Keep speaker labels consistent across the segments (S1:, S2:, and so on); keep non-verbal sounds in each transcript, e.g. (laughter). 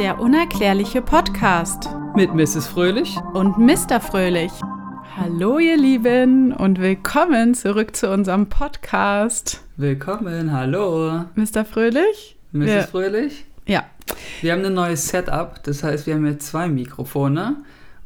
S1: Der unerklärliche Podcast
S2: mit Mrs. Fröhlich.
S1: und Mr. Fröhlich. Hallo ihr Lieben und willkommen zurück zu unserem Podcast.
S2: Willkommen, hallo,
S1: Mr. Fröhlich?
S2: Mrs.
S1: Wir-
S2: Fröhlich.
S1: Ja,
S2: Wir haben ein neues Setup, das heißt, wir haben jetzt zwei Mikrofone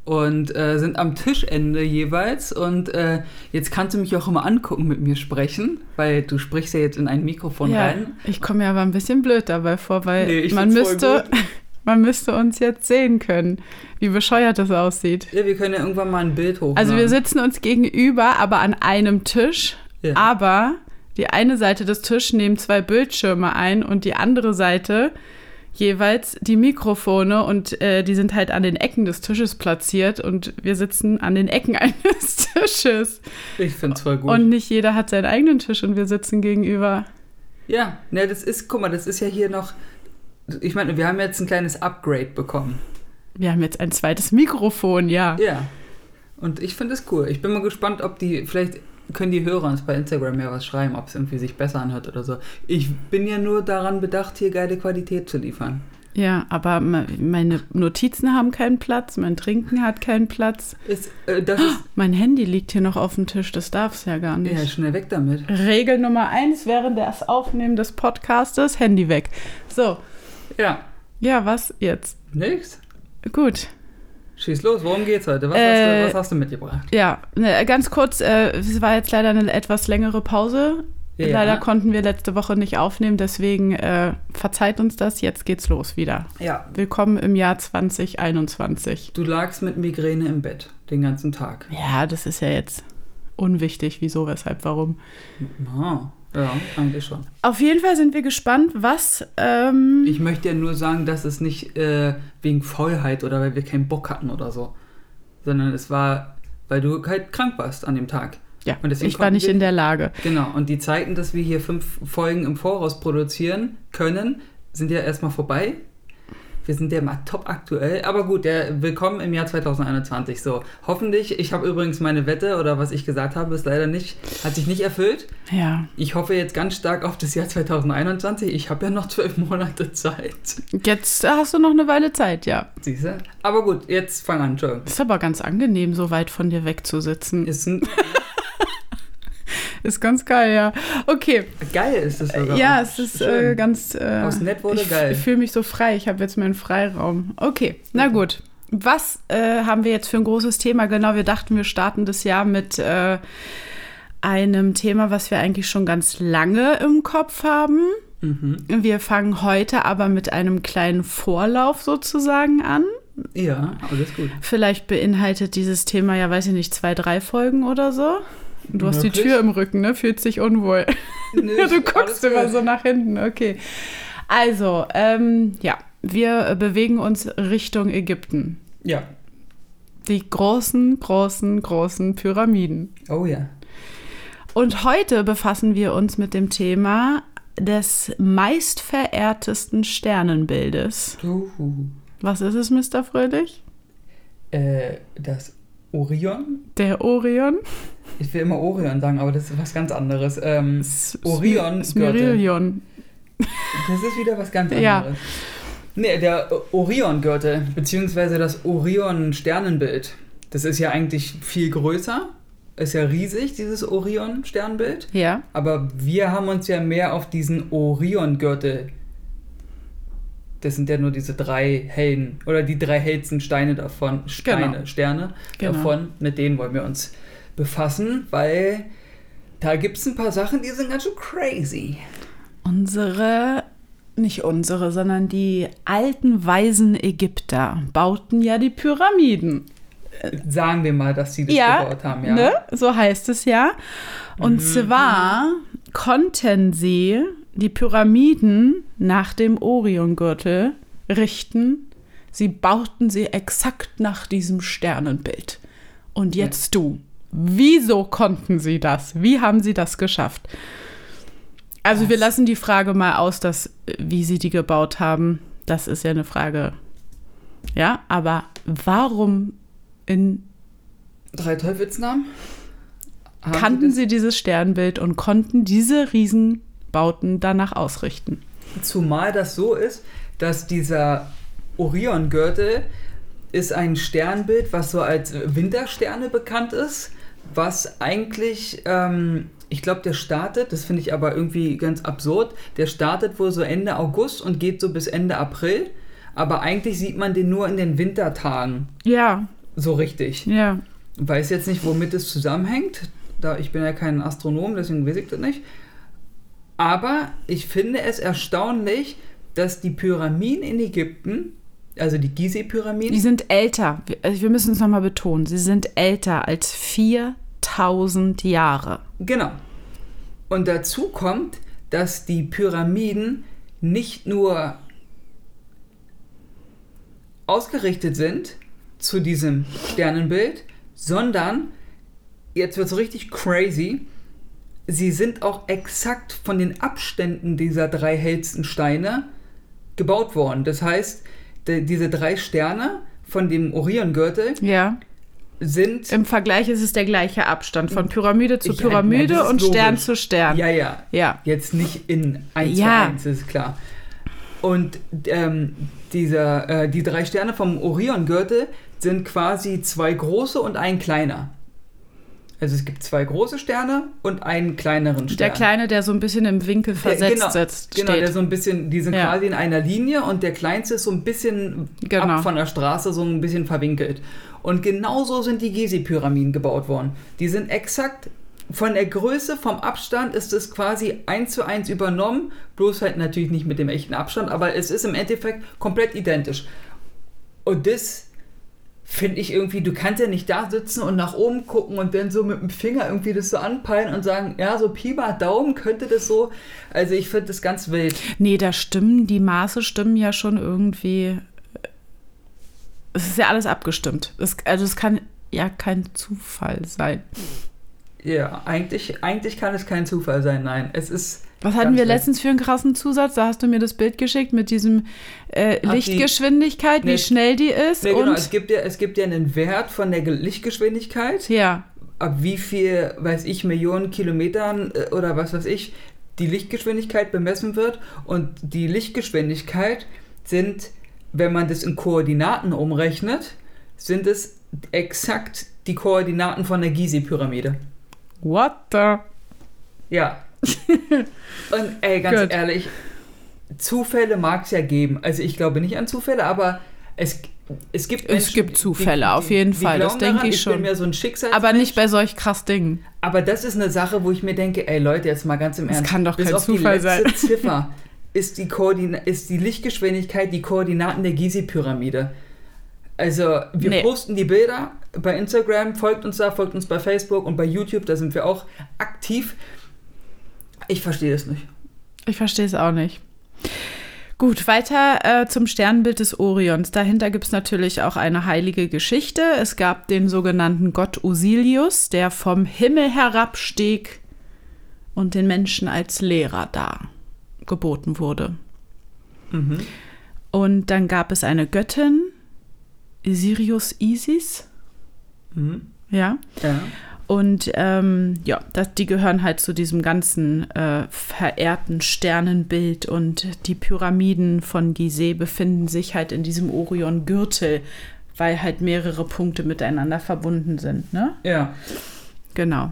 S2: und äh, sind am Tischende jeweils. Und äh, jetzt kannst du mich auch immer angucken, mit mir sprechen, weil du sprichst ja jetzt in ein Mikrofon
S1: ja.
S2: rein.
S1: ich komme mir aber ein bisschen blöd dabei vor, weil
S2: Nee, ich
S1: man,
S2: find's voll
S1: müsste, (laughs) man müsste uns jetzt sehen können, wie bescheuert das aussieht.
S2: Ja, wir können ja irgendwann mal ein Bild hochladen.
S1: Also wir sitzen uns gegenüber, aber an einem Tisch.
S2: Ja.
S1: Aber die eine Seite des Tisches nehmen zwei Bildschirme ein und die andere Seite jeweils die Mikrofone und äh, die sind halt an den Ecken des Tisches platziert und wir sitzen an den Ecken (laughs) eines Tisches.
S2: Ich find's voll gut.
S1: Und nicht jeder hat seinen eigenen Tisch und wir sitzen gegenüber.
S2: ja, ne, das ist, guck mal, das ist ja hier noch. Ich meine, wir haben jetzt ein kleines Upgrade bekommen.
S1: Wir haben jetzt ein zweites Mikrofon, ja.
S2: Ja. Und ich finde es cool. Ich bin mal gespannt, ob die, vielleicht können die Hörer uns bei Instagram ja was schreiben, ob es irgendwie sich besser anhört oder so. Ich bin ja nur daran bedacht, hier geile Qualität zu liefern.
S1: Ja, aber me- meine Notizen haben keinen Platz, mein Trinken hat keinen Platz.
S2: Ist, äh, das ist
S1: Mein Handy liegt hier noch auf dem Tisch, das darf's ja gar nicht.
S2: ja schnell weg damit.
S1: Regel Nummer eins während des Aufnehmen des Podcastes, Handy weg. So,
S2: Ja,
S1: ja, was jetzt?
S2: nix.
S1: Gut,
S2: Schieß los, worum geht's heute? Was,
S1: Äh,
S2: hast, du, was hast du mitgebracht?
S1: ja, ne, ganz kurz, äh, es war jetzt leider eine etwas längere Pause.
S2: Ja.
S1: Leider konnten wir letzte Woche nicht aufnehmen, deswegen äh, verzeiht uns das, jetzt geht's los wieder.
S2: Ja,
S1: Willkommen im Jahr 2021.
S2: du lagst mit Migräne im Bett den ganzen Tag.
S1: Ja, das ist ja jetzt unwichtig, wieso, weshalb, warum.
S2: Ah, ja, eigentlich schon.
S1: Auf jeden Fall sind wir gespannt, was... Ähm,
S2: Ich möchte ja nur sagen, dass es nicht äh, wegen Faulheit oder weil wir keinen Bock hatten oder so, sondern es war, weil du halt krank warst an dem Tag.
S1: ja,
S2: und deswegen
S1: ich war
S2: konnten
S1: nicht
S2: wir
S1: in der Lage.
S2: Genau, und die Zeiten, dass wir hier fünf Folgen im Voraus produzieren können, sind ja erstmal vorbei. Wir sind ja mal top aktuell, aber gut, der willkommen im Jahr 2021. So, hoffentlich, ich habe übrigens meine Wette oder was ich gesagt habe, ist leider nicht, hat sich nicht erfüllt.
S1: Ja,
S2: Ich hoffe jetzt ganz stark auf das Jahr 2021. Ich habe ja noch zwölf Monate Zeit.
S1: jetzt hast du noch eine Weile Zeit, ja.
S2: Siehst du? Aber gut, jetzt fang an, Entschuldigung.
S1: Ist aber ganz angenehm, so weit von dir wegzusitzen.
S2: Ist ein,
S1: Ist ganz geil, ja. Okay,
S2: geil ist es sogar.
S1: ja, es ist äh,
S2: Schön.
S1: ganz. Äh,
S2: Aus nett wurde
S1: ich
S2: geil.
S1: Ich fühle mich so frei. Ich habe jetzt meinen Freiraum. Okay, na gut. Was äh, haben wir jetzt für ein großes Thema? Genau, wir dachten, wir starten das Jahr mit äh, einem Thema, was wir eigentlich schon ganz lange im Kopf haben.
S2: Mhm.
S1: Wir fangen heute aber mit einem kleinen Vorlauf sozusagen an.
S2: Ja, alles gut.
S1: Vielleicht beinhaltet dieses Thema ja, weiß ich nicht, zwei, drei Folgen oder so. Du hast die
S2: Möglich.
S1: Tür im Rücken, ne? Fühlt sich unwohl.
S2: Nö,
S1: (laughs) Ja, (laughs) du
S2: ist alles
S1: guckst immer
S2: gut.
S1: so nach hinten, okay. Also, ähm, ja, wir äh, bewegen uns Richtung Ägypten.
S2: Ja.
S1: Die großen, großen, großen Pyramiden.
S2: Oh ja.
S1: Und heute befassen wir uns mit dem Thema des meistverehrtesten Sternenbildes.
S2: Du.
S1: Was ist es, Mr. Fröhlich?
S2: Äh, das Orion?
S1: Der Orion?
S2: Ich will immer Orion sagen, aber das ist was ganz anderes. Ähm,
S1: S-
S2: Orion, Gürtel.
S1: Smyrillion.
S2: Das ist wieder was ganz anderes.
S1: Ja.
S2: Ja. Nee, der Orion-Gürtel, beziehungsweise das Orion-Sternenbild. Das ist ja eigentlich viel größer. Ist ja riesig, dieses Orion-Sternbild.
S1: Ja.
S2: Aber wir haben uns ja mehr auf diesen Orion-Gürtel. Das sind ja nur diese drei hellen oder die drei hellsten Steine davon, Steine,
S1: Genau.
S2: Sterne
S1: Genau.
S2: davon. Mit denen wollen wir uns befassen, weil da gibt es ein paar Sachen, die sind ganz schön crazy.
S1: Unsere, nicht unsere, sondern die alten weisen Ägypter bauten ja die Pyramiden.
S2: Sagen wir mal, dass sie das gebaut haben, ja. Mhm.
S1: Ne? so heißt es ja. Und zwar konnten sie die Pyramiden nach dem Oriongürtel richten. Sie bauten sie exakt nach diesem Sternenbild. Und jetzt du. Wieso konnten sie das? Wie haben sie das geschafft? Also wir lassen die Frage mal aus, dass äh, wie sie die gebaut haben. Das ist ja eine Frage. Ja, aber warum in
S2: Drei Teufelsnamen. Haben
S1: kannten
S2: sie
S1: sie dieses Sternbild und konnten diese Riesenbauten danach ausrichten.
S2: das, zumal das so ist, dass dieser Orion-Gürtel ist ein Sternbild, was so als Wintersterne bekannt ist, was eigentlich, ähm, ich glaube, der startet, das finde ich aber irgendwie ganz absurd, der startet wohl so Ende August und geht so bis Ende April, aber eigentlich sieht man den nur in den Wintertagen
S1: Ja,
S2: so richtig.
S1: ja.
S2: Weiß jetzt nicht, womit es zusammenhängt, da ich bin ja kein Astronom, deswegen weiß ich das nicht. Aber ich finde es erstaunlich, dass die Pyramiden in Ägypten, also die Gizeh-Pyramiden,
S1: Die sind älter. Wir- Also wir müssen es nochmal betonen. Sie sind älter als 4000 Jahre.
S2: Genau. Und dazu kommt, dass die Pyramiden nicht nur ausgerichtet sind zu diesem Sternenbild, sondern, jetzt wird es richtig crazy, sie sind auch exakt von den Abständen dieser drei hellsten Steine gebaut worden. Das heißt, de- diese drei Sterne von dem Oriongürtel
S1: Ja.
S2: sind
S1: Im Vergleich ist es der gleiche Abstand von Pyramide zu
S2: Ich- ja,
S1: Pyramide
S2: das ist
S1: und Stern
S2: logisch.
S1: zu Stern.
S2: Ja, ja.
S1: Ja.
S2: Jetzt nicht in 1
S1: Ja.
S2: zu 1, ist klar. Und ähm, dieser, äh, die drei Sterne vom Orion-Gürtel sind quasi zwei große und ein kleiner. Also es gibt zwei große Sterne und einen kleineren Stern.
S1: Der kleine, der so ein bisschen im Winkel
S2: Der-
S1: versetzt
S2: genau,
S1: sitzt,
S2: Genau, der
S1: steht.
S2: so ein bisschen, die sind
S1: Ja.
S2: quasi in einer Linie und der kleinste ist so ein bisschen
S1: Genau.
S2: ab von der Straße, so ein bisschen verwinkelt. Und genauso sind die Gizeh-Pyramiden gebaut worden. Die sind exakt von der Größe, vom Abstand ist es quasi eins zu eins übernommen, bloß halt natürlich nicht mit dem echten Abstand, aber es ist im Endeffekt komplett identisch. Und das finde ich irgendwie, du kannst ja nicht da sitzen und nach oben gucken und dann so mit dem Finger irgendwie das so anpeilen und sagen, ja, so Pi mal Daumen könnte das so. Also ich finde das ganz wild.
S1: nee, da stimmen, die Maße stimmen ja schon irgendwie. äh, Es ist ja alles abgestimmt. Es, also es kann ja kein Zufall sein.
S2: Ja, eigentlich, eigentlich kann es kein Zufall sein, nein. Es ist.
S1: Was hatten
S2: Ganz
S1: wir
S2: recht.
S1: letztens für einen krassen Zusatz? Da hast du mir das Bild geschickt mit diesem äh,
S2: Ach, die-
S1: Lichtgeschwindigkeit,
S2: Nee.
S1: wie schnell die ist.
S2: Nee, genau,
S1: und
S2: es gibt, ja, es gibt ja einen Wert von der Ge- Lichtgeschwindigkeit,
S1: ja,
S2: ab wie viel, weiß ich, Millionen Kilometern äh, oder was weiß ich, die Lichtgeschwindigkeit bemessen wird. Und die Lichtgeschwindigkeit sind, wenn man das in Koordinaten umrechnet, sind es exakt die Koordinaten von der Gizeh-Pyramide.
S1: what the? (laughs)
S2: Ja. Und ey, ganz
S1: Gut.
S2: ehrlich, Zufälle mag es ja geben. Also ich glaube nicht an Zufälle, aber es, es gibt
S1: Es gibt Zufälle, auf jeden Fall, das
S2: glauben
S1: denke
S2: daran,
S1: ich schon.
S2: bin mehr so ein Schicksal.
S1: Aber nicht bei solch krass Dingen.
S2: aber das ist eine Sache, wo ich mir denke, ey Leute, jetzt mal ganz im
S1: Das
S2: Ernst.
S1: kann doch
S2: bis
S1: kein
S2: auf
S1: Zufall
S2: die
S1: (laughs)
S2: letzte Ziffer ist die, Koordina ist die Lichtgeschwindigkeit die Koordinaten der Gizeh-Pyramide. Also wir
S1: Nee.
S2: posten die Bilder bei Instagram, folgt uns da, folgt uns bei Facebook und bei YouTube, da sind wir auch aktiv. Ich verstehe es nicht.
S1: Ich verstehe es auch nicht. Gut, weiter äh, zum Sternbild des Orions. Dahinter gibt es natürlich auch eine heilige Geschichte. Es gab den sogenannten Gott Usilius, der vom Himmel herabstieg und den Menschen als Lehrer da geboten wurde. Mhm. Und dann gab es eine Göttin, Sirius Isis. Ja.
S2: Mhm. Ja.
S1: Und ähm, ja, das, die gehören halt zu diesem ganzen äh, verehrten Sternenbild und die Pyramiden von Gizeh befinden sich halt in diesem Orion-Gürtel, weil halt mehrere Punkte miteinander verbunden sind, ne?
S2: Ja.
S1: Genau.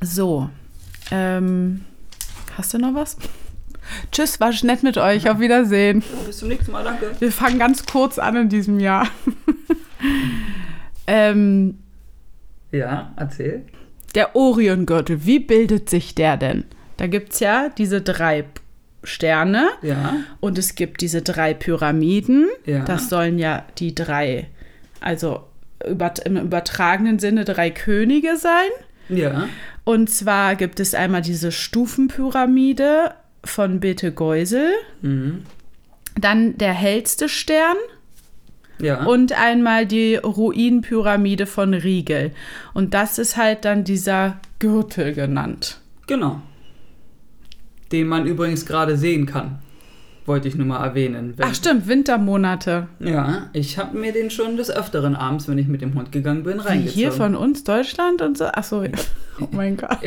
S1: So. Ähm, hast du noch was? Tschüss, war nett mit euch. Auf Wiedersehen.
S2: Bis zum nächsten Mal, danke.
S1: Wir fangen ganz kurz an in diesem Jahr. (laughs) ähm,
S2: Ja, erzähl.
S1: Der Oriongürtel, wie bildet sich der denn? Da gibt es ja diese drei P- Sterne
S2: Ja.
S1: und es gibt diese drei Pyramiden.
S2: Ja.
S1: Das sollen ja die drei, also übert im übertragenen Sinne drei Könige sein.
S2: Ja.
S1: Und zwar gibt es einmal diese Stufenpyramide von Betegeusel,
S2: Mhm.
S1: dann der hellste Stern
S2: Ja.
S1: und einmal die Ruinenpyramide von Riegel. Und das ist halt dann dieser Gürtel genannt.
S2: genau. Den man übrigens gerade sehen kann. Wollte ich nur mal erwähnen. Wenn-
S1: Ach stimmt, Wintermonate.
S2: Ja, ich habe mir den schon des Öfteren abends, wenn ich mit dem Hund gegangen bin,
S1: Wie
S2: reingezogen.
S1: hier von uns, Deutschland und so. Ach so. Oh mein Gott.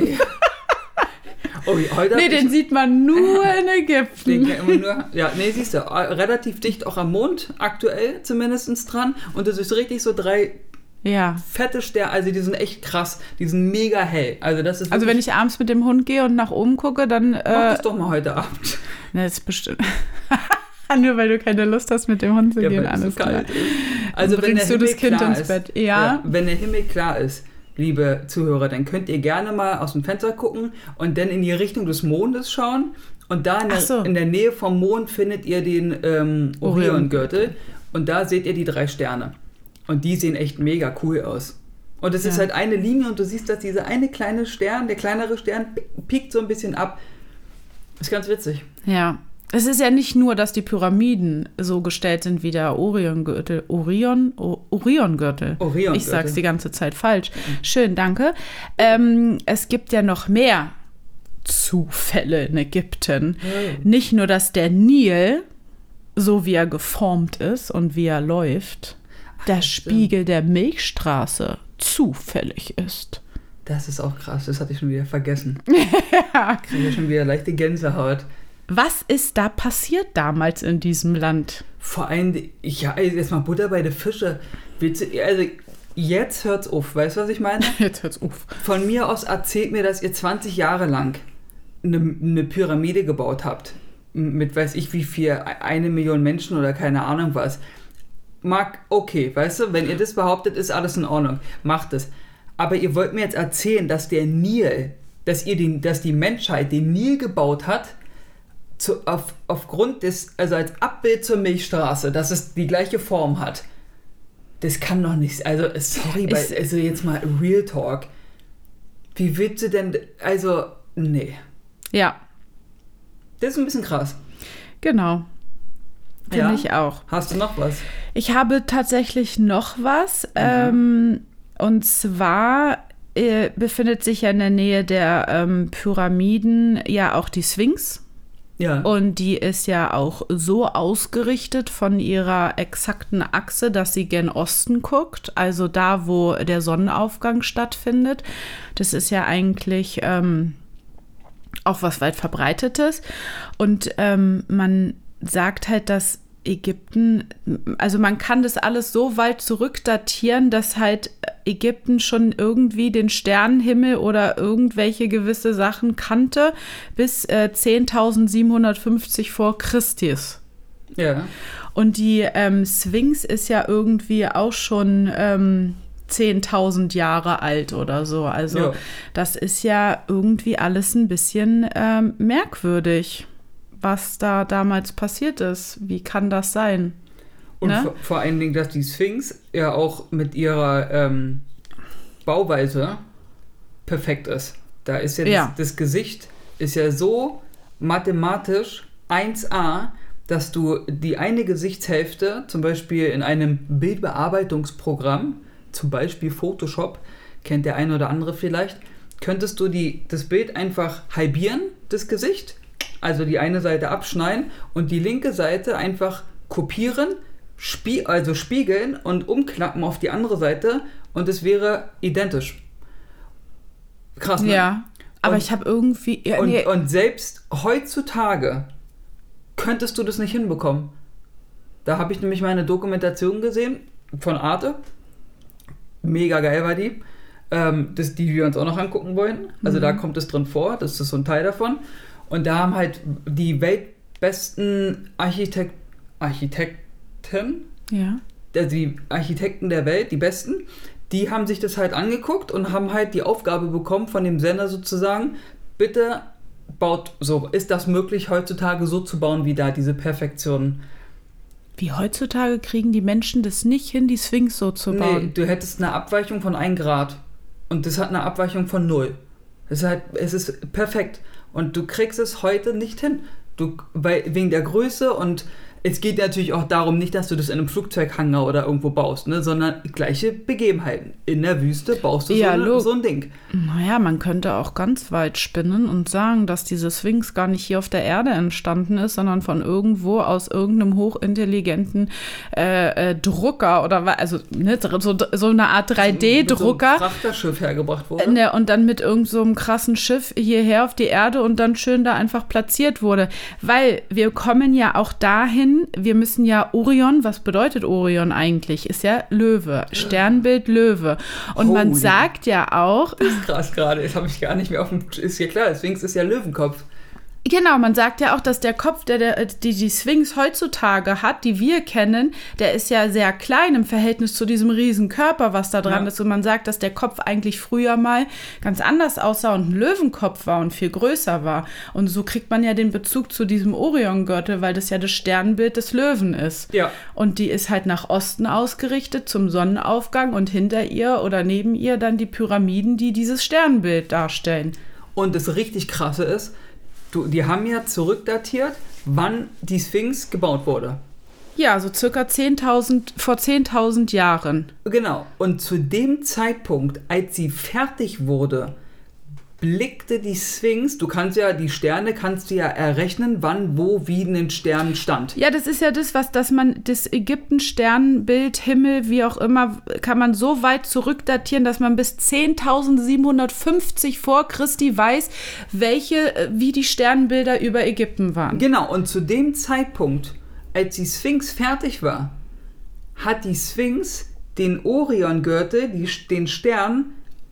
S2: Oh, heute
S1: Nee,
S2: hab ich-
S1: den sieht man nur in Ägypten.
S2: Den kann immer nur, ja, nee, siehst du, äh, relativ dicht auch am Mond aktuell zumindestens dran. Und du siehst richtig so drei
S1: Ja.
S2: fette Sterne, also die sind echt krass, die sind mega hell. Also das ist
S1: Also wenn
S2: wirklich-
S1: ich abends mit dem Hund gehe und nach oben gucke, dann...
S2: Mach
S1: Äh,
S2: das doch mal heute Abend.
S1: ne, ist bestimmt... (laughs) Nur weil du keine Lust hast, mit dem Hund zu gehen,
S2: weil es so
S1: alles klar.
S2: ist. Also
S1: Dann
S2: wenn
S1: bringst
S2: der
S1: du das
S2: Himmel
S1: Kind
S2: klar
S1: ins
S2: ist,
S1: Bett. Ja.
S2: Wenn der Himmel klar ist, liebe Zuhörer, dann könnt ihr gerne mal aus dem Fenster gucken und dann in die Richtung des Mondes schauen. Und da in der,
S1: Ach so.
S2: in der Nähe vom Mond findet ihr den ähm,
S1: Orion.
S2: Oriongürtel. Und da seht ihr die drei Sterne. Und die sehen echt mega cool aus. Und es ist
S1: Ja.
S2: halt eine Linie und du siehst, dass dieser eine kleine Stern, der kleinere Stern, piekt so ein bisschen ab. Ist ganz witzig.
S1: Ja. Es ist ja nicht nur, dass die Pyramiden so gestellt sind wie der Oriongürtel. Orion? O Oriongürtel. Mhm.
S2: Oriongürtel.
S1: Ich sag's die ganze Zeit falsch. Schön, danke. Ähm, es gibt ja noch mehr Zufälle in Ägypten. Nicht nur, dass der Nil, so wie er geformt ist und wie er läuft, der Spiegel der Milchstraße zufällig ist.
S2: Das ist auch krass, das hatte ich schon wieder vergessen. Ich kriege schon wieder leichte Gänsehaut.
S1: Was ist da passiert damals in diesem Land?
S2: Vor allem, die- ja, ey, jetzt mal Butter bei den Fische. Willst du- Also, jetzt hört's auf, weißt du, was ich meine?
S1: Jetzt hört's auf.
S2: Von mir aus erzählt mir, dass ihr 20 Jahre lang eine, eine Pyramide gebaut habt. Mit weiß ich wie viel, e, eine Million Menschen oder keine Ahnung was. Mag, okay, weißt du, wenn ihr das behauptet, ist alles in Ordnung. Macht es. Aber ihr wollt mir jetzt erzählen, dass der Nil, dass, ihr den, dass die Menschheit den Nil gebaut hat, zu, auf, aufgrund des, also als Abbild zur Milchstraße, dass es die gleiche Form hat. Das kann doch nicht, also sorry, weil,
S1: Ist-
S2: also jetzt mal Real Talk. Wie willst du denn, also, nee.
S1: Ja,
S2: Das ist ein bisschen krass.
S1: genau. Finde
S2: Ja.
S1: ich auch.
S2: Hast du noch was?
S1: Ich habe tatsächlich noch was. Ähm, und zwar äh, befindet sich ja in der Nähe der ähm, Pyramiden ja auch die Sphinx.
S2: Ja.
S1: Und die ist ja auch so ausgerichtet von ihrer exakten Achse, dass sie gen Osten guckt, also da, wo der Sonnenaufgang stattfindet. Das ist ja eigentlich ähm, auch was weit verbreitetes. Und ähm, man sagt halt, dass Ägypten, also man kann das alles so weit zurückdatieren, dass halt Ägypten schon irgendwie den Sternenhimmel oder irgendwelche gewisse Sachen kannte bis äh, 10.750 vor Christus.
S2: ja.
S1: Und die ähm, Sphinx ist ja irgendwie auch schon ähm, 10.000 Jahre alt oder so. Also
S2: Ja.
S1: das ist ja irgendwie alles ein bisschen ähm, merkwürdig, was da damals passiert ist. Wie kann das sein?
S2: Und
S1: Ne?
S2: vor, vor allen Dingen, dass die Sphinx ja auch mit ihrer ähm, Bauweise perfekt ist. Da ist ja,
S1: Ja.
S2: Das, das Gesicht ist ja so mathematisch 1a, dass du die eine Gesichtshälfte zum Beispiel in einem Bildbearbeitungsprogramm, zum Beispiel Photoshop, kennt der eine oder andere vielleicht, könntest du die, das Bild einfach halbieren, das Gesicht, also die eine Seite abschneiden und die linke Seite einfach kopieren, spie also spiegeln und umklappen auf die andere Seite und es wäre identisch. Krass, ne?
S1: Ja. Aber
S2: Und-
S1: ich habe irgendwie. Ja,
S2: Und,
S1: nee,
S2: und selbst heutzutage könntest du das nicht hinbekommen. Da habe ich nämlich meine Dokumentation gesehen von Arte. Mega geil war die. Ähm, das, die wir uns auch noch angucken wollen. Also
S1: Mhm.
S2: da kommt es drin vor, das ist so ein Teil davon. Und da haben halt die weltbesten Architekt Architekten,
S1: ja.
S2: also die Architekten der Welt, die besten, die haben sich das halt angeguckt und haben halt die Aufgabe bekommen von dem Sender sozusagen, bitte baut so, ist das möglich heutzutage so zu bauen wie da, diese Perfektion?
S1: Wie heutzutage kriegen die Menschen das nicht hin, die Sphinx so zu
S2: Nee,
S1: bauen.
S2: du hättest eine Abweichung von 1 Grad und das hat eine Abweichung von 0. Es ist, halt, es ist perfekt und du kriegst es heute nicht hin. Du, weil, wegen der Größe und es geht natürlich auch darum, nicht, dass du das in einem Flugzeughangar oder irgendwo baust, ne, sondern gleiche Begebenheiten. In der Wüste baust du
S1: Ja,
S2: so, eine,
S1: look.
S2: so ein Ding.
S1: Naja, man könnte auch ganz weit spinnen und sagen, dass diese Sphinx gar nicht hier auf der Erde entstanden ist, sondern von irgendwo aus irgendeinem hochintelligenten äh, äh, Drucker oder wa- also ne, so, so eine Art
S2: Mit so
S1: 3D-Drucker.
S2: einem Frachterschiff hergebracht wurde.
S1: Ne, und dann mit irgendeinem so einem krassen Schiff hierher auf die Erde und dann schön da einfach platziert wurde. Weil wir kommen ja auch dahin, wir müssen ja Orion, was bedeutet Orion eigentlich? Ist ja Löwe, Sternbild Löwe. Und man
S2: Holy.
S1: sagt ja auch,
S2: Das ist krass gerade, das habe ich gar nicht mehr auf dem. Ist ja klar, Sphinx ist ja Löwenkopf.
S1: Genau, man sagt ja auch, dass der Kopf, der, der äh, die, die Sphinx heutzutage hat, die wir kennen, der ist ja sehr klein im Verhältnis zu diesem riesen Körper, was da dran
S2: Ja.
S1: ist. Und man sagt, dass der Kopf eigentlich früher mal ganz anders aussah und ein Löwenkopf war und viel größer war. Und so kriegt man ja den Bezug zu diesem Oriongürtel, weil das ja das Sternbild des Löwen ist.
S2: Ja.
S1: Und die ist halt nach Osten ausgerichtet zum Sonnenaufgang und hinter ihr oder neben ihr dann die Pyramiden, die dieses Sternbild darstellen.
S2: Und das richtig krasse ist, du, die haben ja zurückdatiert, wann die Sphinx gebaut wurde.
S1: Ja, so circa 10.000, vor 10.000 Jahren.
S2: Genau. Und zu dem Zeitpunkt, als sie fertig wurde, blickte die Sphinx, du kannst ja die Sterne kannst du ja errechnen, wann wo wie ein Stern stand.
S1: Ja, das ist ja das, was, dass man das Ägypten Sternbild, Himmel, wie auch immer, kann man so weit zurückdatieren, dass man bis 10.750 vor Christi weiß, welche, äh, wie die Sternbilder über Ägypten waren.
S2: Genau, und zu dem Zeitpunkt, als die Sphinx fertig war, hat die Sphinx den Oriongürtel, die, den Stern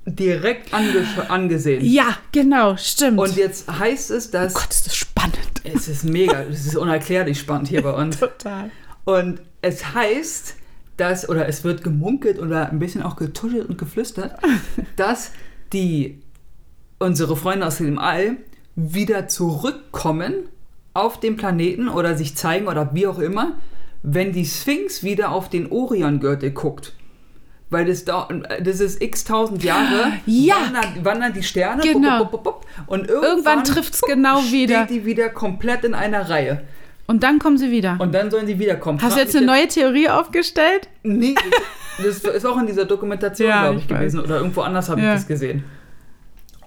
S2: direkt angesch- angesehen.
S1: Ja, genau, stimmt. Oh
S2: Und jetzt heißt es, dass
S1: Gott, ist das spannend.
S2: Es ist mega, es ist unerklärlich spannend hier bei uns.
S1: Total.
S2: Und es heißt, dass, oder es wird gemunkelt oder ein bisschen auch getuschelt
S1: (laughs)
S2: und geflüstert, dass die, unsere Freunde aus dem All wieder zurückkommen auf den Planeten oder sich zeigen oder wie auch immer, wenn die Sphinx wieder auf den Oriongürtel guckt. Weil das, da, das ist x tausend Jahre,
S1: Ah, Ja.
S2: wandern, wandern die Sterne
S1: Genau.
S2: bup, bup, bup, bup, und
S1: Irgendwann trifft's genau
S2: steht
S1: wieder.
S2: die wieder komplett in einer Reihe.
S1: Und dann kommen sie wieder.
S2: Und dann sollen sie wiederkommen.
S1: Hast du
S2: Frag
S1: jetzt
S2: mich
S1: eine neue Theorie aufgestellt?
S2: Nee, das ist auch in dieser Dokumentation,
S1: Ja,
S2: glaube ich,
S1: ich weiß.
S2: gewesen. Oder irgendwo anders habe
S1: Ja.
S2: ich das gesehen.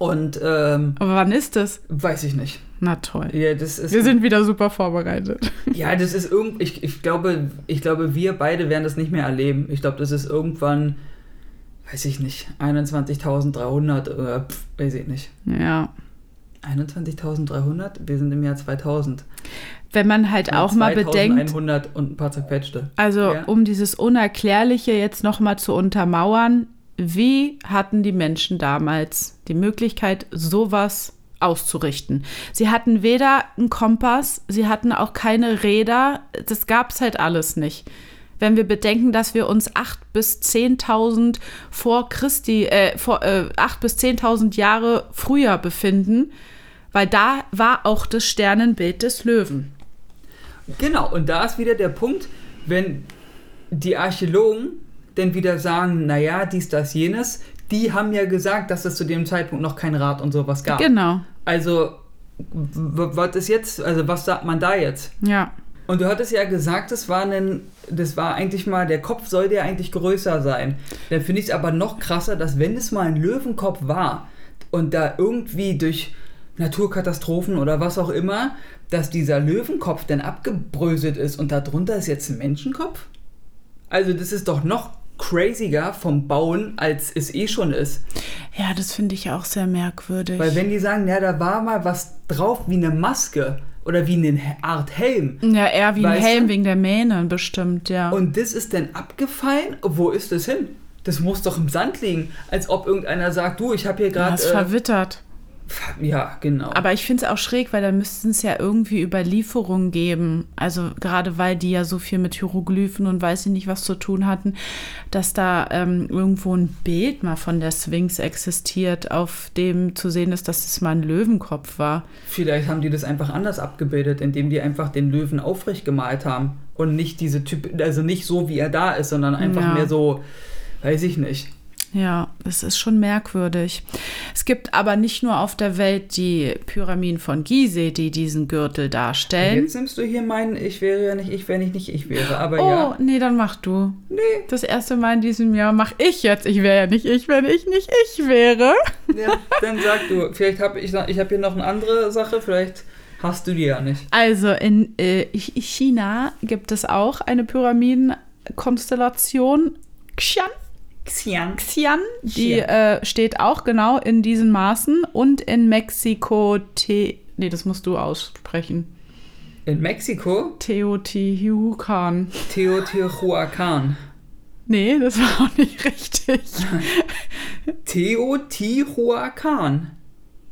S2: Und ähm,
S1: Aber wann ist das?
S2: weiß ich nicht.
S1: Na toll.
S2: Ja, das ist.
S1: Wir sind wieder super vorbereitet.
S2: ja, das ist irgend. Ich, ich, glaube, ich glaube, wir beide werden das nicht mehr erleben. Ich glaube, das ist irgendwann, weiß ich nicht, 21.300 oder pf, weiß ich nicht.
S1: Ja.
S2: 21.300? Wir sind im Jahr 2000.
S1: Wenn man halt auch mal bedenkt,
S2: 2100 und ein paar zerquetschte.
S1: also
S2: Ja.
S1: um dieses Unerklärliche jetzt nochmal zu untermauern, wie hatten die Menschen damals die Möglichkeit, sowas auszurichten? Sie hatten weder einen Kompass, sie hatten auch keine Räder, das gab es halt alles nicht. Wenn wir bedenken, dass wir uns 8 bis 10.000 vor Christi, äh, vor, äh, 8 bis 10.000 Jahre früher befinden, weil da war auch das Sternenbild des Löwen.
S2: Genau, und da ist wieder der Punkt, wenn die Archäologen dann wieder sagen, naja, dies, das, jenes, die haben ja gesagt, dass es zu dem Zeitpunkt noch kein Rad und sowas gab.
S1: Genau,
S2: Also, w- was ist jetzt, also was sagt man da jetzt?
S1: ja.
S2: Und du hattest ja gesagt, das war ein, das war eigentlich mal, der Kopf sollte ja eigentlich größer sein. Dann finde ich es aber noch krasser, dass wenn es mal ein Löwenkopf war und da irgendwie durch Naturkatastrophen oder was auch immer, dass dieser Löwenkopf dann abgebröselt ist und darunter ist jetzt ein Menschenkopf? Also das ist doch noch craziger vom Bauen, als es eh schon ist.
S1: Ja, das finde ich auch sehr merkwürdig.
S2: Weil wenn die sagen, ja, da war mal was drauf wie eine Maske oder wie eine Art Helm,
S1: ja, eher wie ein
S2: Weißt
S1: Helm
S2: du?
S1: wegen der Mähne bestimmt, ja.
S2: Und das ist dann abgefallen? Wo ist das hin? Das muss doch im Sand liegen. Als ob irgendeiner sagt, du, ich habe hier
S1: das ist
S2: gerade...
S1: verwittert.
S2: Äh, ja, genau.
S1: Aber ich finde es auch schräg, weil da müssten es ja irgendwie Überlieferungen geben. Also gerade weil die ja so viel mit Hieroglyphen und weiß ich nicht was zu tun hatten, dass da ähm, irgendwo ein Bild mal von der Sphinx existiert, auf dem zu sehen ist, dass es mal ein Löwenkopf war.
S2: Vielleicht haben die das einfach anders abgebildet, indem die einfach den Löwen aufrecht gemalt haben. Und nicht diese Typ... Also nicht so, wie er da ist, sondern einfach
S1: Ja.
S2: mehr so... Weiß ich nicht.
S1: Ja, es ist schon merkwürdig. Es gibt aber nicht nur auf der Welt die Pyramiden von Gizeh, die diesen Gürtel darstellen.
S2: Jetzt nimmst du hier meinen, ich wäre ja nicht ich, wenn ich nicht ich wäre. Aber
S1: Oh,
S2: ja.
S1: nee, dann mach du.
S2: Nee.
S1: Das erste Mal in diesem Jahr mache ich jetzt. Ich wäre ja nicht ich, wenn ich nicht ich wäre.
S2: Ja, dann sag du, vielleicht habe ich, noch- ich hab hier noch eine andere Sache, vielleicht hast du die ja nicht.
S1: Also in äh, Ch- China gibt es auch eine Pyramidenkonstellation. Xian.
S2: Xiang.
S1: Xian, die
S2: Xian.
S1: äh, steht auch genau in diesen Maßen und in Mexiko Te. Nee, das musst du aussprechen.
S2: In Mexiko,
S1: Teotihuacan.
S2: Teotihuacan.
S1: Nee, das war auch nicht
S2: (laughs)
S1: richtig.
S2: Teotihuacan.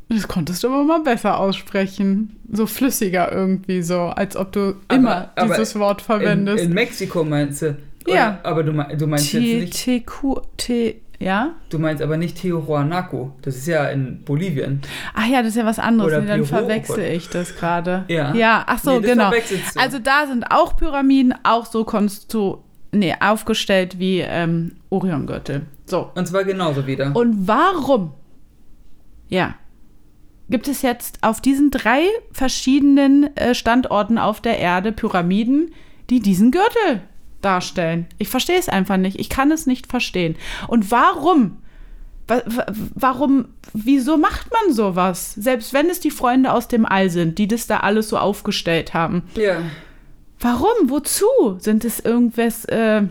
S1: Das konntest du aber mal besser aussprechen. So flüssiger irgendwie so, als ob du immer
S2: aber
S1: dieses Wort
S2: In,
S1: verwendest.
S2: in Mexiko meinst du? Oder-
S1: Ja.
S2: Aber du, mein- du meinst jetzt nicht,
S1: Teteku, te, ja?
S2: du meinst aber nicht Tijuanaco. Das ist ja in Bolivien.
S1: Ach ja, das ist ja was anderes.
S2: Oder
S1: Nee, dann
S2: Büro,
S1: verwechsel
S2: oh Gott.
S1: ich das gerade.
S2: Ja.
S1: Ja, ach so,
S2: Nee, das
S1: genau.
S2: verwechselst du.
S1: Also da sind auch Pyramiden, auch so konstru nee, aufgestellt wie ähm, Oriongürtel. So.
S2: Und zwar genauso wieder.
S1: Und warum? Ja. Gibt es jetzt auf diesen drei verschiedenen äh, Standorten auf der Erde Pyramiden, die diesen Gürtel darstellen? Ich verstehe es einfach nicht. Ich kann es nicht verstehen. Und warum? Wa- wa- Warum, wieso macht man sowas? Selbst wenn es die Freunde aus dem All sind, die das da alles so aufgestellt haben.
S2: ja.
S1: Warum? Wozu? Sind es irgendwas, äh,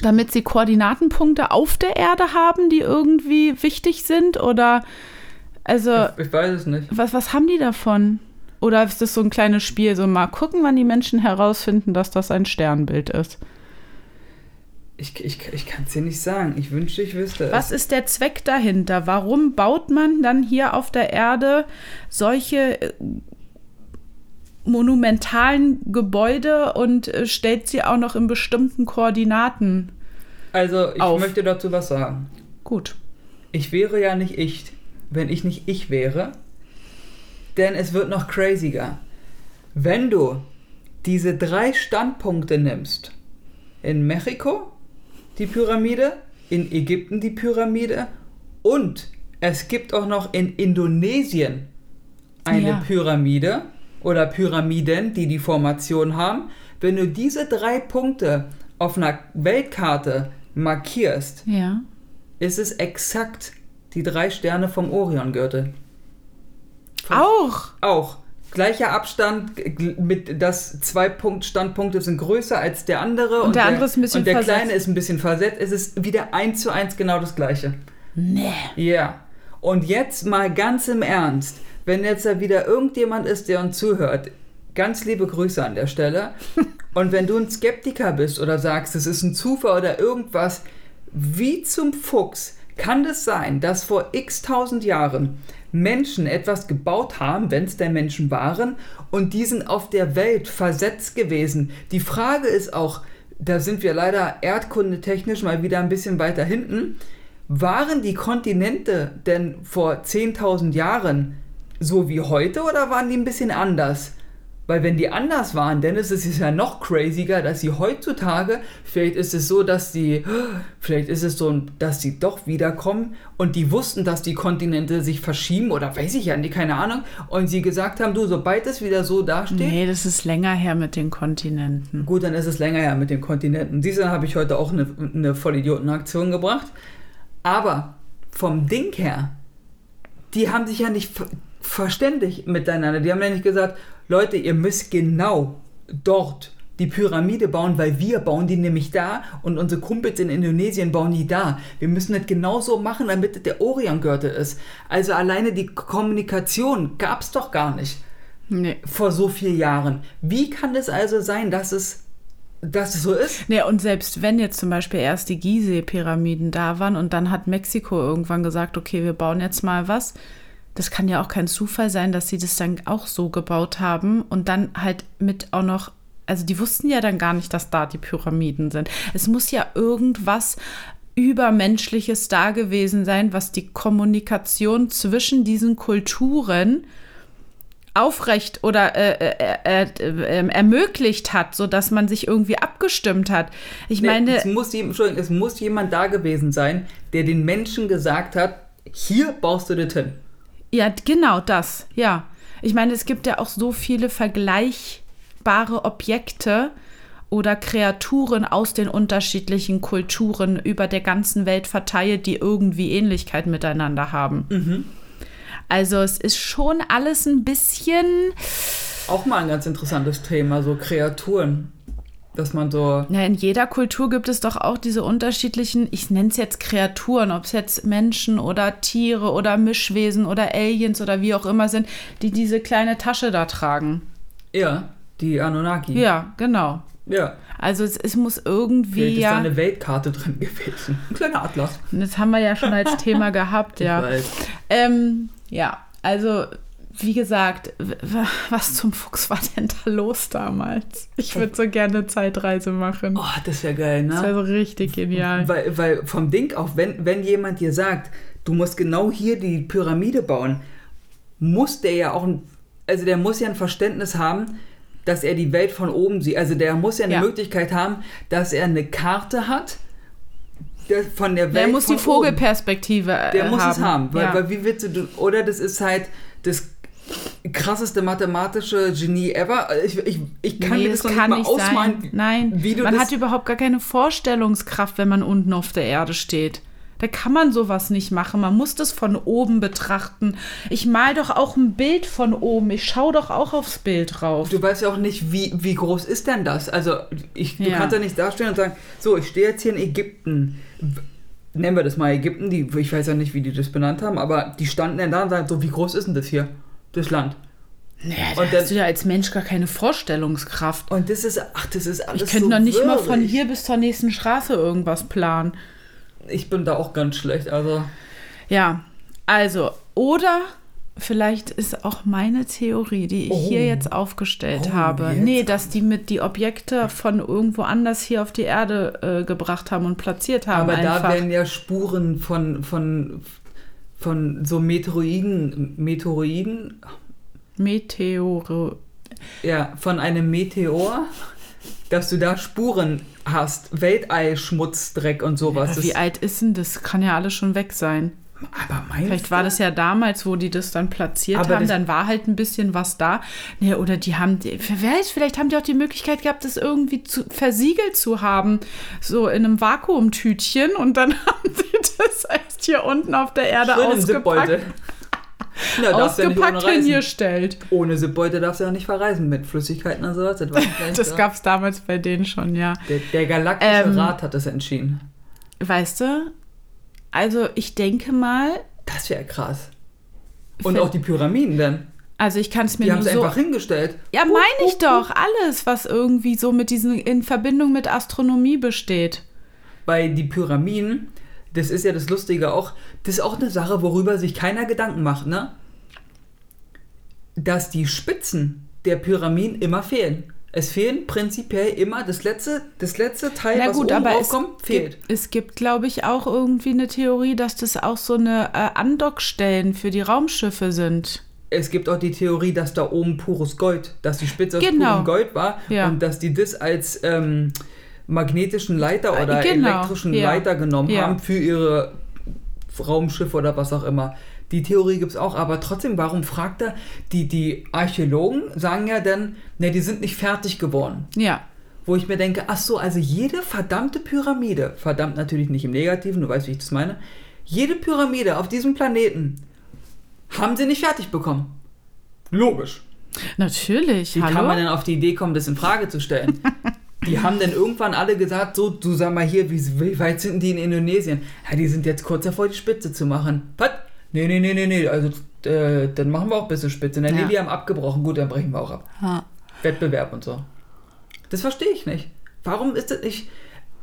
S1: damit sie Koordinatenpunkte auf der Erde haben, die irgendwie wichtig sind? Oder also,
S2: Ich, ich weiß es nicht.
S1: was, was haben die davon? Oder ist das so ein kleines Spiel, so mal gucken, wann die Menschen herausfinden, dass das ein Sternbild ist?
S2: Ich, ich, ich kann es dir nicht sagen. Ich wünschte, ich wüsste
S1: Was ist der Zweck dahinter? Warum baut man dann hier auf der Erde solche äh, monumentalen Gebäude und äh, stellt sie auch noch in bestimmten Koordinaten?
S2: es. Also, ich
S1: Auf.
S2: möchte dazu was sagen.
S1: Gut.
S2: Ich wäre ja nicht ich, wenn ich nicht ich wäre. Denn es wird noch craziger. Wenn du diese drei Standpunkte nimmst, in Mexiko die Pyramide, in Ägypten die Pyramide und es gibt auch noch in Indonesien eine
S1: Ja.
S2: Pyramide oder Pyramiden, die die Formation haben. Wenn du diese drei Punkte auf einer Weltkarte markierst,
S1: Ja.
S2: ist es exakt die drei Sterne vom Oriongürtel.
S1: Auch.
S2: Auch. Gleicher Abstand, g- gl- mit das zwei Punkt Standpunkte sind größer als der andere.
S1: Und der andere ist ein bisschen
S2: Und der
S1: versetzt.
S2: kleine ist ein bisschen versetzt. Es ist wieder eins zu eins genau das gleiche.
S1: Nee.
S2: Ja. Und jetzt mal ganz im Ernst, wenn jetzt da wieder irgendjemand ist, der uns zuhört, ganz liebe Grüße an der Stelle. Und wenn du ein Skeptiker bist oder sagst, es ist ein Zufall oder irgendwas, wie zum Fuchs kann es sein, dass vor x tausend Jahren Menschen etwas gebaut haben, wenn es denn Menschen waren, und die sind auf der Welt versetzt gewesen. Die Frage ist auch, da sind wir leider erdkundetechnisch mal wieder ein bisschen weiter hinten, waren die Kontinente denn vor 10.000 Jahren so wie heute oder waren die ein bisschen anders? Weil wenn die anders waren, dann ist es ja noch craziger, dass sie heutzutage, vielleicht ist es so, dass die, vielleicht ist es so, dass sie doch wiederkommen und die wussten, dass die Kontinente sich verschieben oder weiß ich ja nicht, keine Ahnung. Und sie gesagt haben, du, sobald es wieder so dasteht,
S1: Nee, das ist länger her mit den Kontinenten.
S2: Gut, dann ist es länger her mit den Kontinenten. Diese habe ich heute auch eine, eine Vollidiotenaktion gebracht. Aber vom Ding her, die haben sich ja nicht ver verständigt miteinander. Die haben ja nicht gesagt, Leute, ihr müsst genau dort die Pyramide bauen, weil wir bauen die nämlich da und unsere Kumpels in Indonesien bauen die da. Wir müssen das genauso machen, damit das der Oriongürtel ist. Also alleine die Kommunikation gab es doch gar nicht
S1: Nee.
S2: vor so vielen Jahren. Wie kann es also sein, dass es, dass es so ist?
S1: Nee, und selbst wenn jetzt zum Beispiel erst die Gizeh-Pyramiden da waren und dann hat Mexiko irgendwann gesagt, okay, wir bauen jetzt mal was, das kann ja auch kein Zufall sein, dass sie das dann auch so gebaut haben und dann halt mit auch noch, also die wussten ja dann gar nicht, dass da die Pyramiden sind. Es muss ja irgendwas übermenschliches da gewesen sein, was die Kommunikation zwischen diesen Kulturen aufrecht oder äh, äh, äh, äh, ermöglicht hat, sodass man sich irgendwie abgestimmt hat. Ich
S2: Nee,
S1: meine,
S2: es muss, jem- Entschuldigung, es muss jemand da gewesen sein, der den Menschen gesagt hat, hier baust du das hin.
S1: Ja, genau das, ja. Ich meine, es gibt ja auch so viele vergleichbare Objekte oder Kreaturen aus den unterschiedlichen Kulturen über der ganzen Welt verteilt, die irgendwie Ähnlichkeit miteinander haben. Also es ist schon alles ein bisschen,
S2: Auch mal ein ganz interessantes Thema, so Kreaturen. Dass man so.
S1: na, in jeder Kultur gibt es doch auch diese unterschiedlichen, ich nenne es jetzt Kreaturen, ob es jetzt Menschen oder Tiere oder Mischwesen oder Aliens oder wie auch immer sind, die diese kleine Tasche da tragen.
S2: Ja, die Anunnaki.
S1: Ja, genau.
S2: ja.
S1: Also es, es muss
S2: Vielleicht
S1: irgendwie
S2: ist da
S1: ja.
S2: eine Weltkarte drin gewesen. Ein kleiner Atlas.
S1: Das haben wir ja schon als
S2: (laughs)
S1: Thema gehabt, ja.
S2: Weil
S1: Ähm, ja, also wie gesagt, w- w- was zum Fuchs war denn da los damals? Ich würde so gerne Zeitreise machen.
S2: Oh, das wäre geil,
S1: Das
S2: ne?
S1: wäre so richtig genial.
S2: Weil, weil vom Ding auf, wenn, wenn jemand dir sagt, du musst genau hier die Pyramide bauen, muss der ja auch ein, also der muss ja ein Verständnis haben, dass er die Welt von oben sieht. Also der muss ja eine
S1: Ja.
S2: Möglichkeit haben, dass er eine Karte hat der, von der Welt.
S1: Der muss
S2: von
S1: die
S2: oben.
S1: Vogelperspektive äh,
S2: Der muss
S1: haben.
S2: es haben. Weil,
S1: ja.
S2: weil wie willst du, du- oder das ist halt das krasseste mathematische Genie ever. Ich, ich, ich kann
S1: nee,
S2: mir
S1: das
S2: das noch
S1: kann
S2: nicht
S1: nicht
S2: mal ausmalen.
S1: sein. Nein,
S2: wie du
S1: man
S2: das-
S1: hat überhaupt gar keine Vorstellungskraft, wenn man unten auf der Erde steht. Da kann man sowas nicht machen. Man muss das von oben betrachten. Ich mal doch auch ein Bild von oben. Ich schaue doch auch aufs Bild drauf.
S2: Du weißt ja auch nicht, wie, wie groß ist denn das? Also, ich, du
S1: Ja.
S2: kannst ja nicht dastehen und sagen, so, ich stehe jetzt hier in Ägypten. W- Nennen wir das mal Ägypten, die, ich weiß ja nicht, wie die das benannt haben, aber die standen dann da und sagen, so, wie groß ist denn das hier, das Land?
S1: naja,
S2: und dann-
S1: ja als Mensch gar keine Vorstellungskraft.
S2: Und das ist, ach, das ist alles
S1: Ich könnte
S2: so
S1: noch nicht mal von
S2: wirrig.
S1: hier bis zur nächsten Straße irgendwas planen.
S2: Ich bin da auch ganz schlecht, also.
S1: Ja, also, oder vielleicht ist auch meine Theorie, die ich
S2: Oh.
S1: hier jetzt aufgestellt
S2: Oh,
S1: habe,
S2: jetzt
S1: nee, dass die mit die Objekte von irgendwo anders hier auf die Erde äh, gebracht haben und platziert haben.
S2: Aber
S1: einfach.
S2: da werden ja Spuren von, von, von so Meteoroiden, Meteoroiden,
S1: Meteore.
S2: ja, von einem Meteor, dass du da Spuren hast, Weltall, Schmutz, Dreck und sowas.
S1: Wie
S2: Das-
S1: alt ist denn das? Kann ja alles schon weg sein.
S2: aber meinst
S1: Vielleicht war das ja damals, wo die das dann platziert
S2: Aber
S1: haben,
S2: das-
S1: dann war halt ein bisschen was da. Nee, oder die haben, die- wer weiß, vielleicht haben die auch die Möglichkeit gehabt, das irgendwie zu, versiegelt zu haben, so in einem Vakuumtütchen und dann (laughs) haben sie das erst hier unten auf der Erde
S2: Schön im
S1: ausgepackt,
S2: Zipbeutel. Na, darfst ja nicht
S1: ausgepackt
S2: ohne reisen.
S1: hingestellt.
S2: Ohne Zipbeutel darfst du ja nicht verreisen mit Flüssigkeiten und sowas. Das,
S1: (laughs)
S2: war vielleicht
S1: Das
S2: so.
S1: gab's damals bei denen schon, ja.
S2: der, der galaktische
S1: Ähm.
S2: Rat hat das entschieden.
S1: Weißt du, also ich denke mal,
S2: Das wäre krass. Und
S1: Für-
S2: auch die Pyramiden dann.
S1: also ich kann es mir
S2: Die haben
S1: nur
S2: es
S1: so
S2: einfach hingestellt.
S1: Ja, meine ich doch. Alles, was irgendwie so mit diesen in Verbindung mit Astronomie besteht.
S2: Weil die Pyramiden, das ist ja das Lustige auch, das ist auch eine Sache, worüber sich keiner Gedanken macht, ne? Dass die Spitzen der Pyramiden immer fehlen. Es fehlen prinzipiell immer das letzte, das letzte Teil,
S1: Na
S2: was
S1: gut,
S2: oben
S1: aber es
S2: raufkommt, fehlt.
S1: gibt, es gibt, glaube ich, auch irgendwie eine Theorie, dass das auch so eine äh, Andockstellen für die Raumschiffe sind.
S2: Es gibt auch die Theorie, dass da oben pures Gold, dass die Spitze aus
S1: Genau.
S2: purem Gold war
S1: Ja.
S2: und dass die das als ähm, magnetischen Leiter oder
S1: genau,
S2: elektrischen
S1: ja.
S2: Leiter genommen
S1: Ja.
S2: haben für ihre Raumschiffe oder was auch immer. Die Theorie gibt es auch, aber trotzdem, warum fragt er? Die, die Archäologen sagen ja dann, ne, die sind nicht fertig geworden.
S1: Ja.
S2: Wo ich mir denke, ach so, also jede verdammte Pyramide, verdammt natürlich nicht im Negativen, du weißt, wie ich das meine, jede Pyramide auf diesem Planeten haben sie nicht fertig bekommen. Logisch.
S1: Natürlich.
S2: Wie kann man
S1: Hallo?
S2: denn auf die Idee kommen, das in Frage
S1: (laughs)
S2: zu stellen? die haben dann irgendwann alle gesagt, so, du sag mal hier, wie, wie weit sind die in Indonesien? Ja, die sind jetzt kurz davor, die Spitze zu machen. Was? Nee, nee, nee, nee, nee, also äh, dann machen wir auch ein bisschen Spitze. Na,
S1: Ja.
S2: Nee, wir haben abgebrochen, gut, dann brechen wir auch ab.
S1: Ja.
S2: Wettbewerb und so. Das verstehe ich nicht. Warum ist das nicht.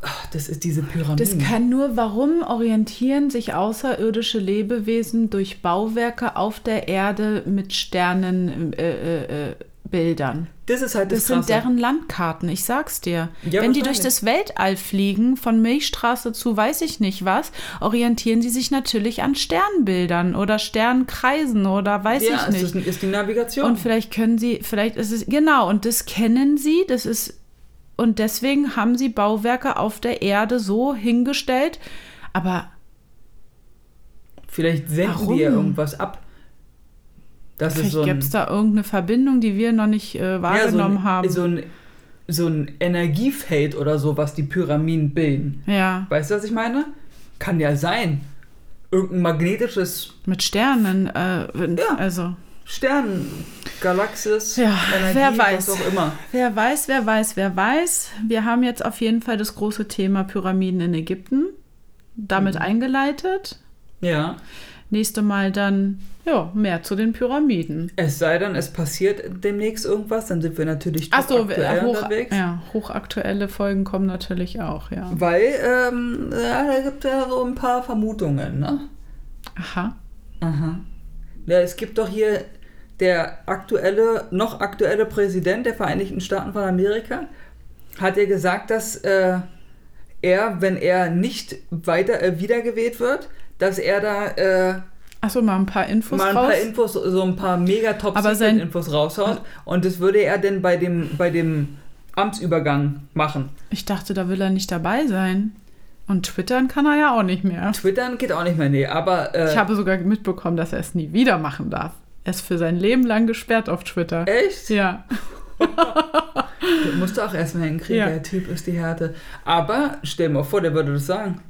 S2: Ach, das ist diese Pyramide.
S1: Das kann nur, warum orientieren sich außerirdische Lebewesen durch Bauwerke auf der Erde mit Sternen äh, äh, äh, Bildern.
S2: Das ist halt das,
S1: Das sind
S2: Krasse.
S1: deren Landkarten, ich sag's dir.
S2: Ja,
S1: Wenn die durch
S2: wahrscheinlich.
S1: das Weltall fliegen, von Milchstraße zu weiß ich nicht was, orientieren sie sich natürlich an Sternbildern oder Sternkreisen oder weiß
S2: ja,
S1: ich
S2: es
S1: nicht.
S2: Ist, ist die Navigation.
S1: Und vielleicht können sie, vielleicht ist es, genau, und das kennen sie, das ist, und deswegen haben sie Bauwerke auf der Erde so hingestellt, aber
S2: Vielleicht senden
S1: Warum?
S2: die ja irgendwas ab. Das ist
S1: vielleicht
S2: Also so ein,
S1: gibt es da irgendeine Verbindung, die wir noch nicht äh,
S2: ja, so
S1: wahrgenommen
S2: ein,
S1: haben.
S2: So ein, so ein Energiefeld oder so, was die Pyramiden bilden.
S1: ja,
S2: Weißt du, was ich meine? Kann ja sein. Irgendein magnetisches
S1: mit Sternen, äh, wenn-
S2: Ja.
S1: also.
S2: Stern, Galaxis,
S1: Ja,
S2: Energie,
S1: wer weiß.
S2: was auch immer.
S1: Wer weiß, wer weiß, wer weiß. Wir haben jetzt auf jeden Fall das große Thema Pyramiden in Ägypten damit
S2: Mhm.
S1: eingeleitet.
S2: Ja,
S1: Nächste Mal dann, ja, mehr zu den Pyramiden.
S2: es sei denn, es passiert demnächst irgendwas, dann sind wir natürlich top
S1: Achso,
S2: aktuell
S1: äh, hoch,
S2: unterwegs. Mhm.
S1: ja, hochaktuelle Folgen kommen natürlich auch, ja.
S2: Weil, ähm, ja, da gibt ja so ein paar Vermutungen, ne?
S1: Aha.
S2: Aha. Ja, es gibt doch hier der aktuelle, noch aktuelle Präsident der Vereinigten Staaten von Amerika, hat ja gesagt, dass äh, er, wenn er nicht weiter äh, wiedergewählt wird, dass er da äh,
S1: Achso, mal ein paar Infos
S2: mal ein
S1: raus.
S2: paar Infos, so ein paar mega top
S1: Aber sein-
S2: Infos raushaut. Und das würde er denn bei dem, bei dem Amtsübergang machen.
S1: ich dachte, da will er nicht dabei sein. Und twittern kann er ja auch nicht mehr.
S2: Twittern geht auch nicht mehr, nee, aber äh,
S1: Ich habe sogar mitbekommen, dass er es nie wieder machen darf. Er ist für sein Leben lang gesperrt auf Twitter.
S2: echt?
S1: Ja.
S2: Das musst du auch erstmal hinkriegen,
S1: Ja.
S2: der Typ ist die Härte. Aber stell dir mal vor, der würde das sagen.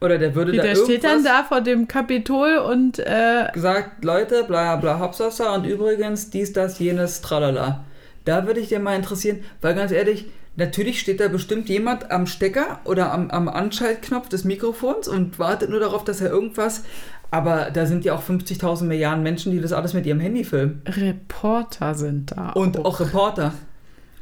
S2: Oder der würde
S1: Wie,
S2: da
S1: der
S2: irgendwas
S1: steht dann da vor dem Kapitol und äh,
S2: gesagt, Leute, bla bla hopsasa und übrigens dies, das, jenes, tralala. Da würde ich dir mal interessieren, weil ganz ehrlich, natürlich steht da bestimmt jemand am Stecker oder am, am Anschaltknopf des Mikrofons und wartet nur darauf, dass er irgendwas... Aber da sind ja auch 50.000 Milliarden Menschen, die das alles mit ihrem Handy filmen.
S1: Reporter sind da. Oh.
S2: Und auch Reporter.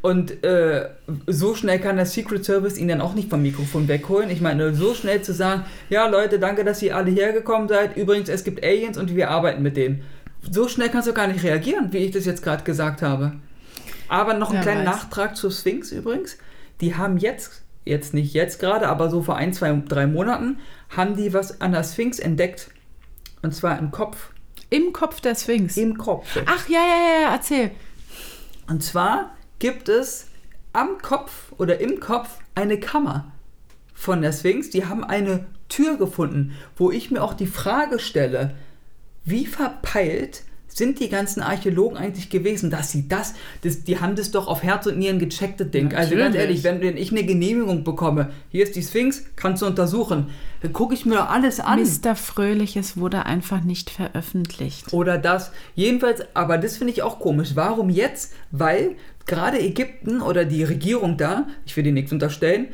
S2: Und äh, so schnell kann der Secret Service ihn dann auch nicht vom Mikrofon wegholen. Ich meine, so schnell zu sagen, ja Leute, danke, dass ihr alle hergekommen seid. Übrigens, es gibt Aliens und wir arbeiten mit denen. So schnell kannst du gar nicht reagieren, wie ich das jetzt gerade gesagt habe. Aber noch einen
S1: Wer
S2: kleinen
S1: weiß.
S2: Nachtrag zu Sphinx übrigens. Die haben jetzt, jetzt nicht jetzt gerade, aber so vor ein, zwei, drei Monaten, haben die was an der Sphinx entdeckt. Und zwar im Kopf.
S1: Im Kopf der Sphinx.
S2: Im Kopf.
S1: Ach ja, ja, ja, ja, erzähl.
S2: Und zwar gibt es am Kopf oder im Kopf eine Kammer von der Sphinx. Die haben eine Tür gefunden, wo ich mir auch die Frage stelle, wie verpeilt sind die ganzen Archäologen eigentlich gewesen, dass sie das, das die haben das doch auf Herz und Nieren gecheckt, das Ding. Also ganz
S1: Natürlich.
S2: ehrlich, wenn, wenn ich eine Genehmigung bekomme, hier ist die Sphinx, kannst du untersuchen, dann gucke ich mir doch alles an.
S1: Mr. Fröhlich, es wurde einfach nicht veröffentlicht.
S2: Oder das. Jedenfalls, aber das finde ich auch komisch. Warum jetzt? Weil gerade Ägypten oder die Regierung da, ich will dir nichts unterstellen,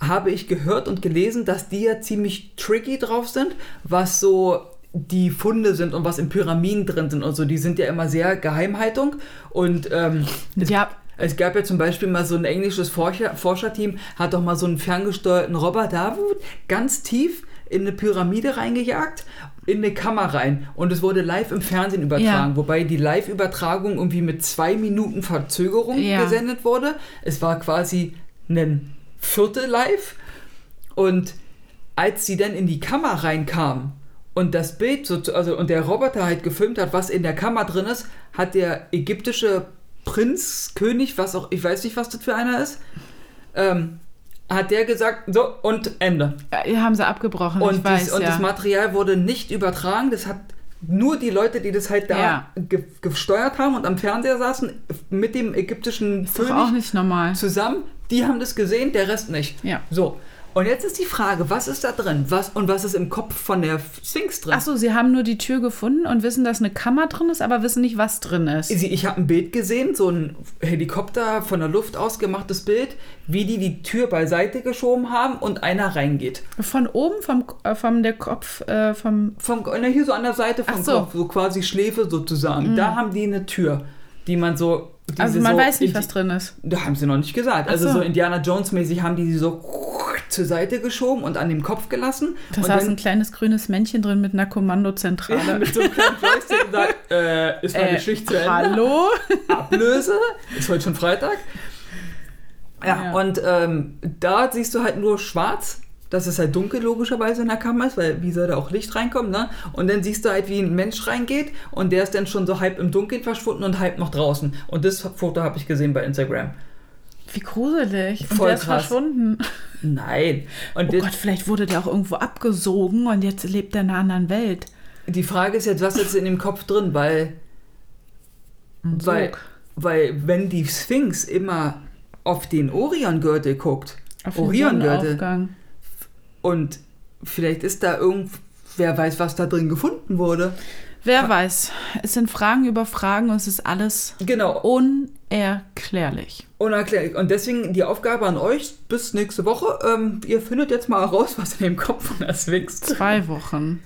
S2: habe ich gehört und gelesen, dass die ja ziemlich tricky drauf sind, was so die Funde sind und was in Pyramiden drin sind und so. Die sind ja immer sehr Geheimhaltung und ähm, es
S1: Ja,
S2: es gab ja zum Beispiel mal so ein englisches Forscher, Forscherteam, hat doch mal so einen ferngesteuerten Roboter wuh, ganz tief in eine Pyramide reingejagt, in eine Kammer rein. Und es wurde live im Fernsehen übertragen,
S1: Ja.
S2: wobei die Live-Übertragung irgendwie mit zwei Minuten Verzögerung
S1: Ja.
S2: gesendet wurde. Es war quasi ein Viertel live. Und als sie dann in die Kammer reinkam und das Bild, so, zu- also und der Roboter halt gefilmt hat, was in der Kammer drin ist, hat der ägyptische Prinz, König, was auch, ich weiß nicht, was das für einer ist, ähm, hat der gesagt, so und Ende.
S1: äh, haben sie abgebrochen, ich
S2: Und,
S1: weiß,
S2: dies, und
S1: ja.
S2: das Material wurde nicht übertragen, das hat nur die Leute, die das halt da
S1: Ja.
S2: ge gesteuert haben und am Fernseher saßen, mit dem ägyptischen
S1: Doch auch
S2: König
S1: nicht normal.
S2: zusammen, die haben das gesehen, der Rest nicht.
S1: Ja.
S2: So. Und jetzt ist die Frage, was ist da drin? Was und was ist im Kopf von der Sphinx drin?
S1: Achso, sie haben nur die Tür gefunden und wissen, dass eine Kammer drin ist, aber wissen nicht, was drin ist.
S2: Sie- Ich habe ein Bild gesehen, so ein Helikopter von der Luft aus gemachtes Bild, wie die die Tür beiseite geschoben haben und einer reingeht.
S1: Von oben, vom, äh, vom der Kopf, äh, vom.
S2: Vom, na, hier so an der Seite vom
S1: Ach so. Mhm.
S2: Kopf, so quasi Schläfe sozusagen. Da haben die eine Tür, die man so. die
S1: Also
S2: sie
S1: man
S2: so
S1: weiß
S2: in
S1: nicht,
S2: die-
S1: was drin ist.
S2: Da haben sie noch nicht gesagt. Also
S1: so.
S2: so Indiana Jones mäßig haben die sie so zur Seite geschoben und an dem Kopf gelassen.
S1: Da
S2: und
S1: saß
S2: dann-
S1: ein kleines grünes Männchen drin mit einer
S2: Ja,
S1: Kommandozentrale.
S2: mit so einem kleinen Fläuschen und sagt,
S1: (laughs)
S2: äh, ist meine Geschichte Schicht zu Ende?
S1: hallo?
S2: Ablöse. Ist heute schon Freitag.
S1: Ja.
S2: Ja, und ähm, da siehst du halt nur schwarz, dass es halt dunkel logischerweise in der Kammer ist, weil wie soll da auch Licht reinkommen, ne? Und dann siehst du halt, wie ein Mensch reingeht und der ist dann schon so halb im Dunkeln verschwunden und halb noch draußen. Und das Foto habe ich gesehen bei Instagram.
S1: Wie gruselig. Und
S2: Voll
S1: der ist
S2: krass.
S1: verschwunden.
S2: Nein. Und
S1: Oh
S2: das-
S1: Gott, vielleicht wurde der auch irgendwo abgesogen und jetzt lebt er in einer anderen Welt.
S2: die Frage ist jetzt, was ist in dem Kopf drin? Weil, Mhm. weil,
S1: Sog.
S2: weil wenn die Sphinx immer auf den Oriongürtel guckt,
S1: Auf den
S2: Oriongürtel,
S1: Sonnenaufgang.
S2: Und vielleicht ist da irgend, wer weiß, was da drin gefunden wurde.
S1: Wer weiß. Es sind Fragen über Fragen und es ist alles
S2: Genau, (laughs)
S1: unerklärlich.
S2: unerklärlich. Und deswegen die Aufgabe an euch bis nächste Woche. Ähm, ihr findet jetzt mal raus, was in dem Kopf von der
S1: (laughs)
S2: Sphinx drin-
S1: Zwei Wochen.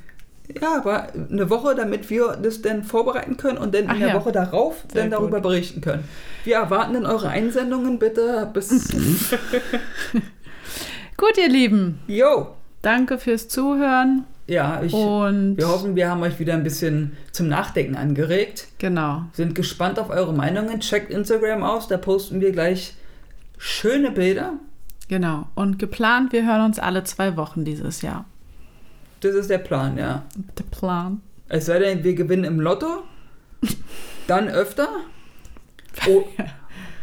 S2: Ja, aber eine Woche, damit wir das dann vorbereiten können und dann
S1: Ach
S2: in der
S1: ja.
S2: Woche darauf
S1: Sehr
S2: dann darüber
S1: gut.
S2: berichten können. Wir erwarten dann eure Einsendungen bitte
S1: Mhm.
S2: bis.
S1: Gut, ihr Lieben.
S2: Jo!
S1: Danke fürs Zuhören
S2: Ja, ich.
S1: und
S2: Wir hoffen, wir haben euch wieder ein bisschen zum Nachdenken angeregt.
S1: genau.
S2: Sind gespannt auf eure Meinungen. Checkt Instagram aus, da posten wir gleich schöne Bilder.
S1: Genau. Und geplant, wir hören uns alle zwei Wochen dieses Jahr.
S2: Das ist der Plan, ja.
S1: Der Plan.
S2: Es sei denn, wir gewinnen im Lotto, dann öfter. O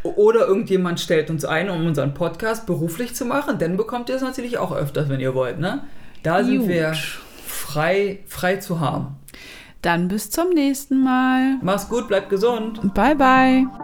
S2: oder irgendjemand stellt uns ein, um unseren Podcast beruflich zu machen. Dann bekommt ihr es natürlich auch öfters, wenn ihr wollt, ne? Da sind
S1: Gut.
S2: wir frei, frei zu haben.
S1: Dann bis zum nächsten Mal.
S2: Mach's gut, bleibt gesund.
S1: Bye, bye.